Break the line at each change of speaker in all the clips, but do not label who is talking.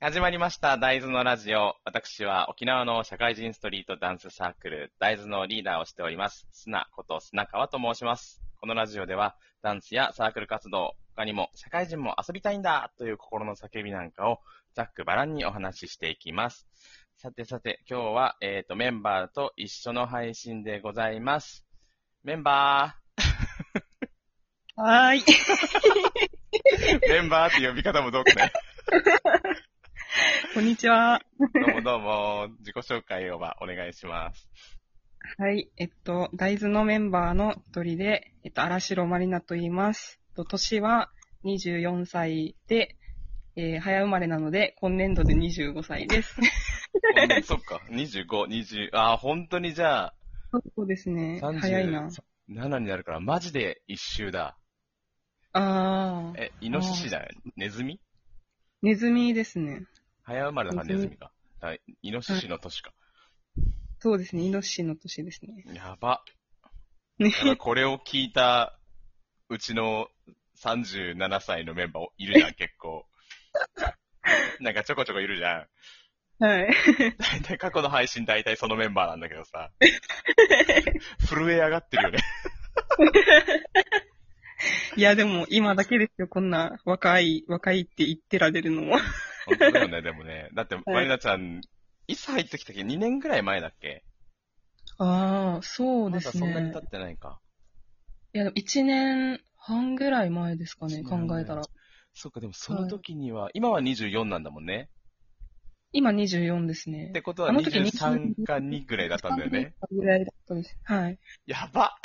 始まりました。大豆のラジオ。私は沖縄の社会人ストリートダンスサークル、大豆のリーダーをしております。砂こと砂川と申します。このラジオでは、ダンスやサークル活動、他にも社会人も遊びたいんだという心の叫びなんかをざっくばらんにお話ししていきます。さてさて、今日は、えっ、と、メンバーと一緒の配信でございます。メンバ
はーい。
ーメンバーって呼び方もどうかね。
こんにちは。
どうもどうも、自己紹介をはお願いします。
はい。えっと、大豆のメンバーの一人で、えっと、荒城まりなと言います。えっと、年は24歳で、えー早生まれなので、今年度で25歳です。
ほ んそっか、25、20、あー、本当にじゃあ、
そうですね。
30
早いな。
7になるから、マジで一周だ。
あー、
え、イノシシじゃないネズミ
ネズミですね。
早生まれだからネ
ネズ
ズ
ミ
ミか。はい、イノシシの年か。
そうですね。イノシシの年ですね。
や ば。
ね
やばこれを聞いた、うちの37歳のメンバーいるじゃん、結 構。なんかちょこちょこいるじゃん。
はい。
大体過去の配信大体そのメンバーなんだけど さ。震え上がってるよね。
いや、でも、今だけですよ。こんな、若い、若いって言ってられるのも。
本当だよね、でも ね。だって、まりなちゃん、いつ入ってきたっけ ?2 年ぐらい前だっけ
あー、そうで
まだ
す
そんなに
ね
経。ってないか。
いや、でも1年半ぐらい前ですかね、
一
考
年
えたら。
そっか、でもその時には、今は24なんだもんね。
今24ですね。
ってことは
あの時
23か2ぐらいだったんだよね。。
ぐらいだったです。はい。
やば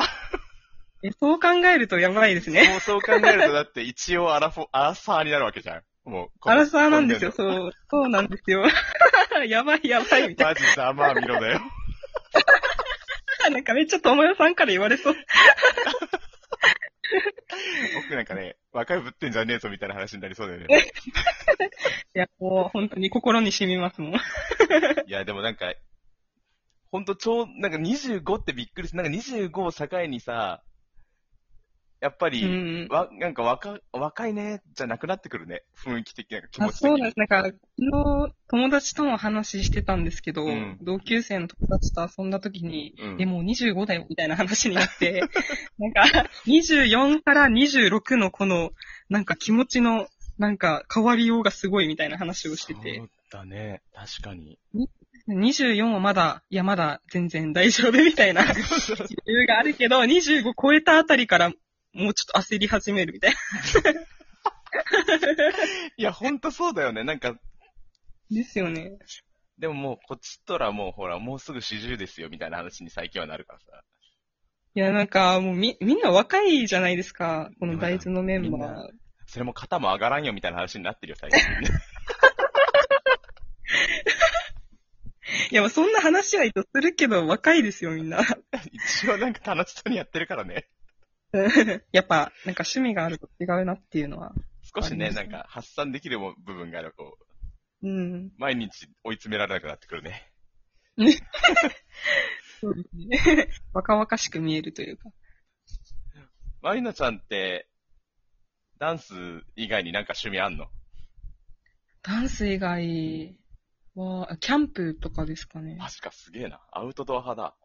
え、そう考えるとやばいです ね。
もうそう考えると、だって一応アラフォ、アラサーになるわけじゃん。もうこの、
アラサーなんですよ、
こ
そう。そうなんですよ。 やばいやばいみた
の年度。マ
い
ジざまあみろだよ。
な。なんかめっちゃ友代さんから言われそう。
僕なんかね、若いぶってんじゃねえぞみたいな話になりそうだよね。
いや、もう本当に心に染みますもん。
いや、でもなんか、ほんとちょう、なんか25ってびっくりする。なんか25を境にさ、やっぱり、
うん。
わ、なんか若、若いね、じゃなくなってくるね。雰囲気的な気持
あ
ち的
そう
に
なんです。なんか、昨日、友達とも話してたんですけど、
うん
同級生の友達と遊んだ時に、
うん
え、もう25だよ、みたいな話になって、 なんか、24から26のこの、なんか気持ちの、なんか変わりようがすごいみたいな話をして
そ
て、
うだね。確かに。
24はまだ、いやまだ全然大丈夫みたいな余裕があるけど、25超えたあたりから、もうちょっと焦り始めるみた い
いや、ほんとそうだよね。なんか、
な。ですよね。
でももう、こっちとらもう、ほら、もうすぐ40ですよ、みたいな話に最近はなるからさ。
いや、なんか、もうみ、みんな若いじゃないですか、この大豆のメン
みん
バー
な。それも肩も上がらんよ、みたいな話になってるよ、 最近。
いや、まあそんな話は一応するけど、若いですよ、みんな。
一応なんか楽しそうにやってるからね。
やっぱ、なんか趣味があると違うなっていうのは。
少しね、
あ
なん
りますね
か発散できる部分がある、こう、
うん。
毎日追い詰められなくなってくるね。
そうですね。若々しく見えるというか。
マリナちゃんって、ダンス以外になんか趣味あんの
ダンス以外は、あキャンプとかですかね。
確かすげえな。アウトドア派だ。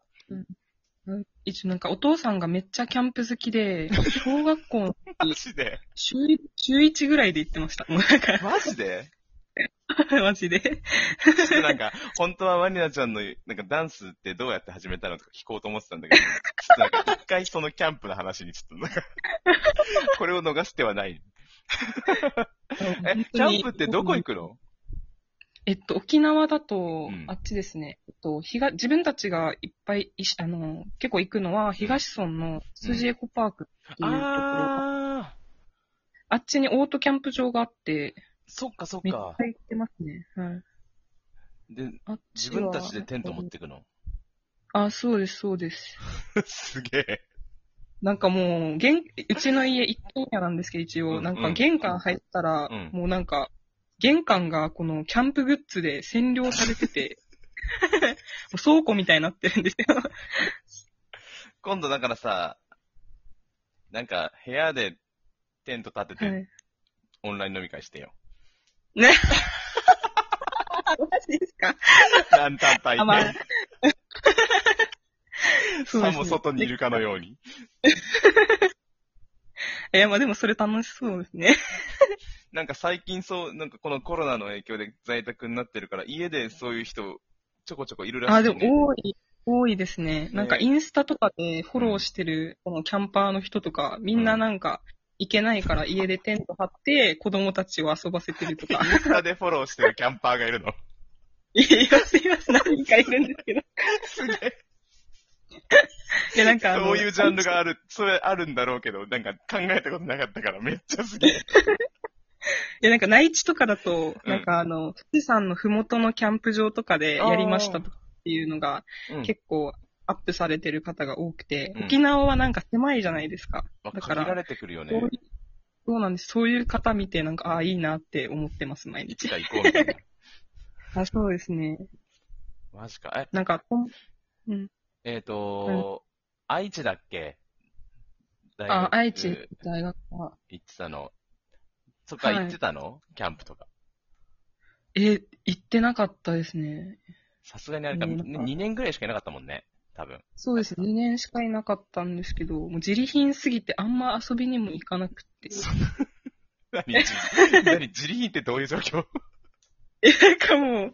一応なんかお父さんがめっちゃキャンプ好きで、小学校 の
マジで
週週1ぐらいで行ってました。もうなんか、
マジで
マジで。
ちょっとなんか、本当はマリナちゃんの、なんかダンスってどうやって始めたのとか聞こうと思ってたんだけど、ちょっとなんか一回そのキャンプの話にちょっとなんか、これを逃してはない。え、キャンプってどこ行くの
えっと、沖縄だと、
うん
あっちですね。えっと、東、自分たちがいっぱいいし、あの、結構行くのは、東村の辻エコパークっていうところ、あ
あー、
っちにオートキャンプ場があって、
そっかそっ
めっち
か
ゃ。行ってますね。はい。
で、
あっ
自
ちは
分たちでテント持ってくの。
あ、そうです、そうです。
すげえ。
なんかもう、玄、うちの家一軒家なんですけど、一
う
応、
ん
なん
う
か
ん
玄関入ったら、
うん
もうなんか、玄関がこのキャンプグッズで占領されて て、もう倉庫みたいになってるんですよ。
今度だからさ、なんか部屋でテント立て
は
て
い。
オンライン飲み会してよ。
マジですか
ランタン炊い
あ まあ
て、さも外にいるかのように。
いや、まあでもそれ楽しそうですね。
なんか最近そう、なんかこのコロナの影響で在宅になってるから、家でそういう人、ちょこちょこいるらしい、ね。
あ、でも多い、多いですね。なんか
ね
インスタとかでフォローしてる、このキャンパーの人とか、みんななんか、行けないから家でテント張って、子供たちを遊ばせてるとか。
インスタでフォローしてるキャンパーがいる の。
いや、すいません、何人かいるんですけど。
すげえ。
いや、なんかあの
そういうジャンルがある、それあるんだろうけど、なんか考えたことなかったから、めっちゃすげえ。
いや、なんか内地とかだと、
うん
なんかあの、富士山のふもとのキャンプ場とかでやりましたとかっていうのが、
うん
結構アップされてる方が多くて、
うん
沖縄はなんか狭いじゃないですか。
まあ
だか
限ら
ら、
れてくるよね
そう。いうそうなんです。そういう方見て、なんか、ああ、いいなって思ってます、毎
い
日
つ。か行こうみたいな。
あ、そうですね。
マジか。え、
なんか、こんうん。
えっ、と、愛知だっけ大
あ、愛知大学は。
行ってたの。そっか、
はい
行ってたのキャンプとか。
え、行ってなかったですね。
さすがにあれか、
うん
ね2年ぐらいしかいなかったもんね。多分。
そうです。2年しかいなかったんですけど、もう自利品すぎてあんま遊びにも行かなくて。
何 じ何自利品ってどういう状況
え、なんかもう、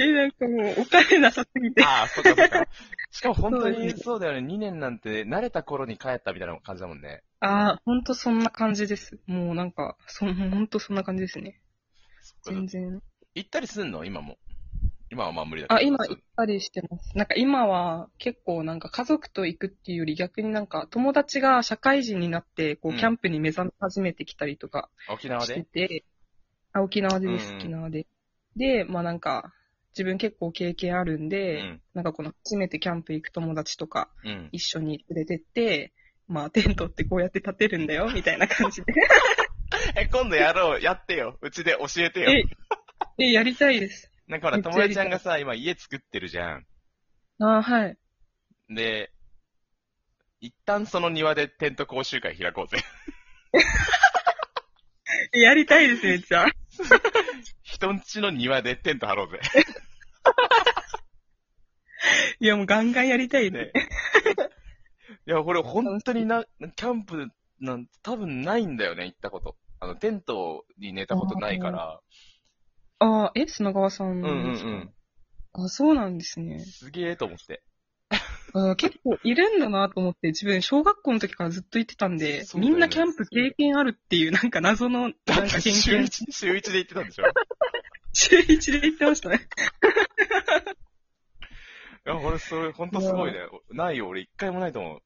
え、なんかもう、お金なさすぎて。
ああ、そっかそっか。 しかも本当
そうで
に
すね
そうだよね。2年なんて慣れた頃に帰ったみたいな感じだもんね。
ああ、ほんとそんな感じです。もうなんか、そん、ほんとそんな感じですね。
そっか
全然。
行ったりすんの今も。今はまあ無理だけど。
あ、今行ったりしてます。なんか今は結構なんか家族と行くっていうより逆になんか友達が社会人になって、こ
う
う、
ん
キャンプに目覚め始めてきたりとか
沖縄
して
で
て、あ、沖縄でです、
うんうん
沖縄で。で、まあなんか、自分結構経験あるん
う
で、
ん。
なんかこの初めてキャンプ行く友達とか、
うん。
一緒に連れてって、まあ、テントってこうやって立てるんだよ、みたいな感じで。
え、今度やろう。やってよ。うちで教えてよ。
え、え、やりたいです。
なんかほら、
めっちゃ
友達ちゃんがさ、今家作ってるじゃん。
あーはい。
で、一旦その庭でテント講習会開こうぜ。
えやりたいです、めっちゃ。
人んちの庭でテント張ろうぜ。
いや、もうガンガンやりたい
ね
ね。、
いや、これ本当にな、キャンプなんて多分ないんだよね、行ったこと。あの、テントに寝たことないから。
ああ、え、砂川さん
うん
で
うん
すか
うん。
あ、そうなんですね。
すげえと思って。
あー結構いるんだなと思って、自分、小学校の時からずっと行ってたんで、
そうだよ
み
ね
んなキャンプ経験あるっていう、なんか謎の、なん
だっ
か
て
偏
週
見。
一、 週一で行ってたんでしょい
週一で行ってましたね。
や、俺それ本当すごいね。ないよ、俺一回もないと思う。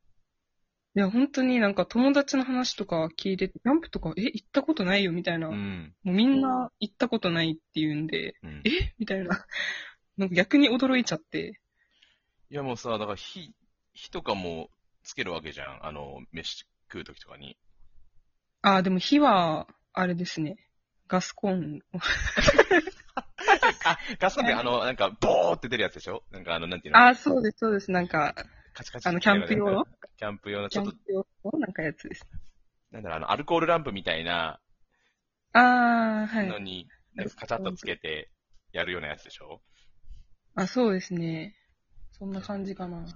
いや、本当になんか友達の話とか聞いてて、キャンプとか、え、行ったことないよ、みたいな。
うん。
もうみんな行ったことないって言うんで、
うん、い
えみたいな。 なんか逆に驚いちゃって。
や、もうさ、だから火、火とかもつけるわけじゃん。あの、飯食うときとかに。
ああ、でも火は、あれですね。ガスコンロ。
あ、ガスコンロあの、なんか、ボーって出るやつでしょなんかあの、なんていうの
ああ、そうです、そうです。なんか、
カチカチって
あの、キャンプ用の
キャンプ用の、
キ
ちょ
ャ
っ
ン
と
プ、用のなんかやつです。
なんだろう、あの、アルコールランプみたいな
ああ、は
の
い。
に、なんかカチャッとつけてやるようなやつでしょ
あ、そうですね。そんな感じかな。
なん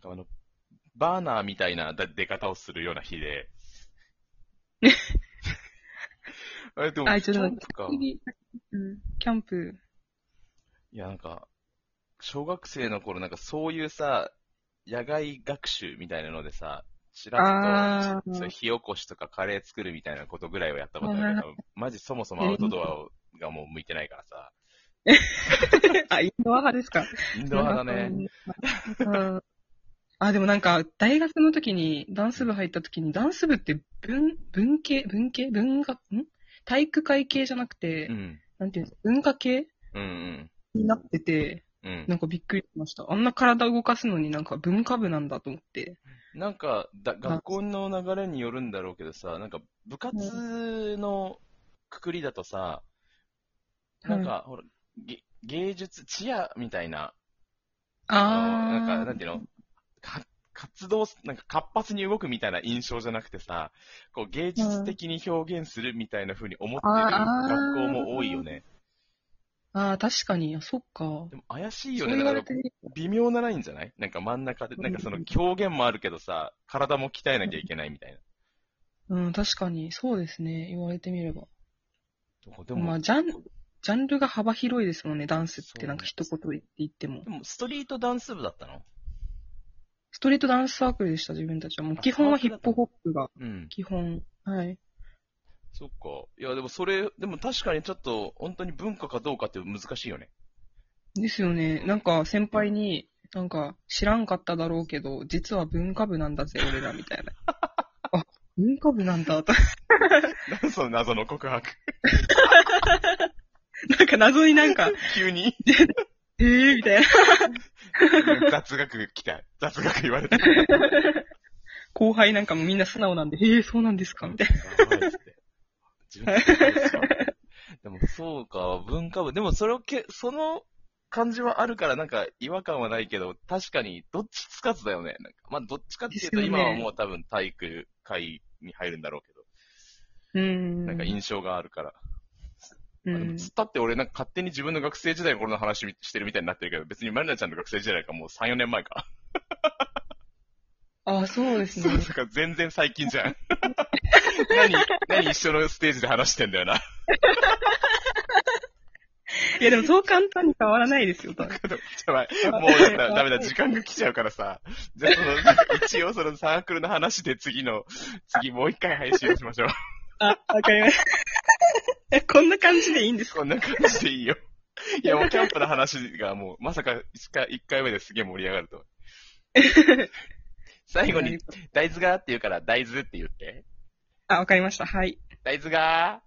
かあの、バーナーみたいなだ出方をするような火 で。あれ、でも、
あ、
キ
ちょっと
ャ
待
ン
って
プか。い
次うん、キャンプ。
や、なんか、小学生の頃、なんかそういうさ、野外学習みたいなのでさ、ちらっ
あ
と、そう
あ、
火起こしとかカレー作るみたいなことぐらいはやったことあるけど、マジそもそもアウトドアをがもう向いてないからさ、
あ、インドア派ですか。
インドア派だね。
うんあ、でもなんか、大学の時に、ダンス部入った時に、ダンス部って文、文系文系文学、ん体育会系じゃなくて、
うん。
なんていうの文化系
うんうん。
になってて、
うん。
なんかびっくりしました。あんな体動かすのになんか文化部なんだと思って。
なんかだ、学校の流れによるんだろうけどさ、なんか部活のくくりだとさ、なんか、ほら、げ芸術、チアみたいな、
あー。
なんか、なんていうのか活動、なんか活発に動くみたいな印象じゃなくてさ、こう芸術的に表現するみたいな風に思ってる
あー
学校も多いよね。
ああ、確かに。あそっか。
でも怪しいよ
そう
ね。だ
言わ
か
れ
ら
てみ
微妙なラインじゃないなんか真ん中で、なんかその狂言もあるけどさ、体も鍛えなきゃいけないみたいな。
うん、確かに。そうですね。言われてみれば。
で
ま
も
あ、、ジャン、ジャンルが幅広いですもんね、ダンスっ
そう
て。なんか一言で言っても
で。もストリートダンス部だったの
ストリートダンスサークルでした、自分たちは。もう
あ
基本は
サ
ヒ
ーク
ッ
ルだ
プ
った
ホップが、
うん。
基本。はい。
そっか。いや、でもそれ、でも確かにちょっと、本当に文化かどうかって難しいよね。
ですよね。なんか先輩に、なんか知らんかっただろうけど、実は文化部なんだぜ、俺ら、み たいな。あ、文化部なんだ、と。
何その謎の告白。
なんか謎になんか、
急に
えー、みたいな。
雑学来た。雑学言われた。
後輩なんかもみんな素直なんで、えー、そうなんですかみたいな。
やばいっすね自分で言ったんですかでもそうか、文化部。でもそれをけ、その感じはあるからなんか違和感はないけど、確かにどっちつかずだよね。なんかまあどっちかっていうと
ですよ
今
ね
はもう多分体育会に入るんだろうけど、
うーん。
なんか印象があるから。
う
あでも
ん、
つったって俺なんか勝手に自分の学生時代の頃の話してるみたいになってるけど、別にマリナちゃんの学生時代かもう3、4年前か。
あ、そうです
そう
ね
だ。から全然最近 じゃん。何、何一緒のステージで話してんだよな。
いや、でもそう簡単に変わらないですよ、多分。
やばい。もうだったらダメだ。時間が来ちゃうからさ。じゃあその、なんか一応そのサークルの話で次の、次もう一回配信をしましょう。
あ、わかりました。 こんな感じでいいんですか
こんな感じでいいよ。いやもうキャンプの話がもう、まさか一回一回目ですげえ盛り上がる と。最後に、大豆がって言うから大豆って言って。
あ、わかりました。はい。
大豆が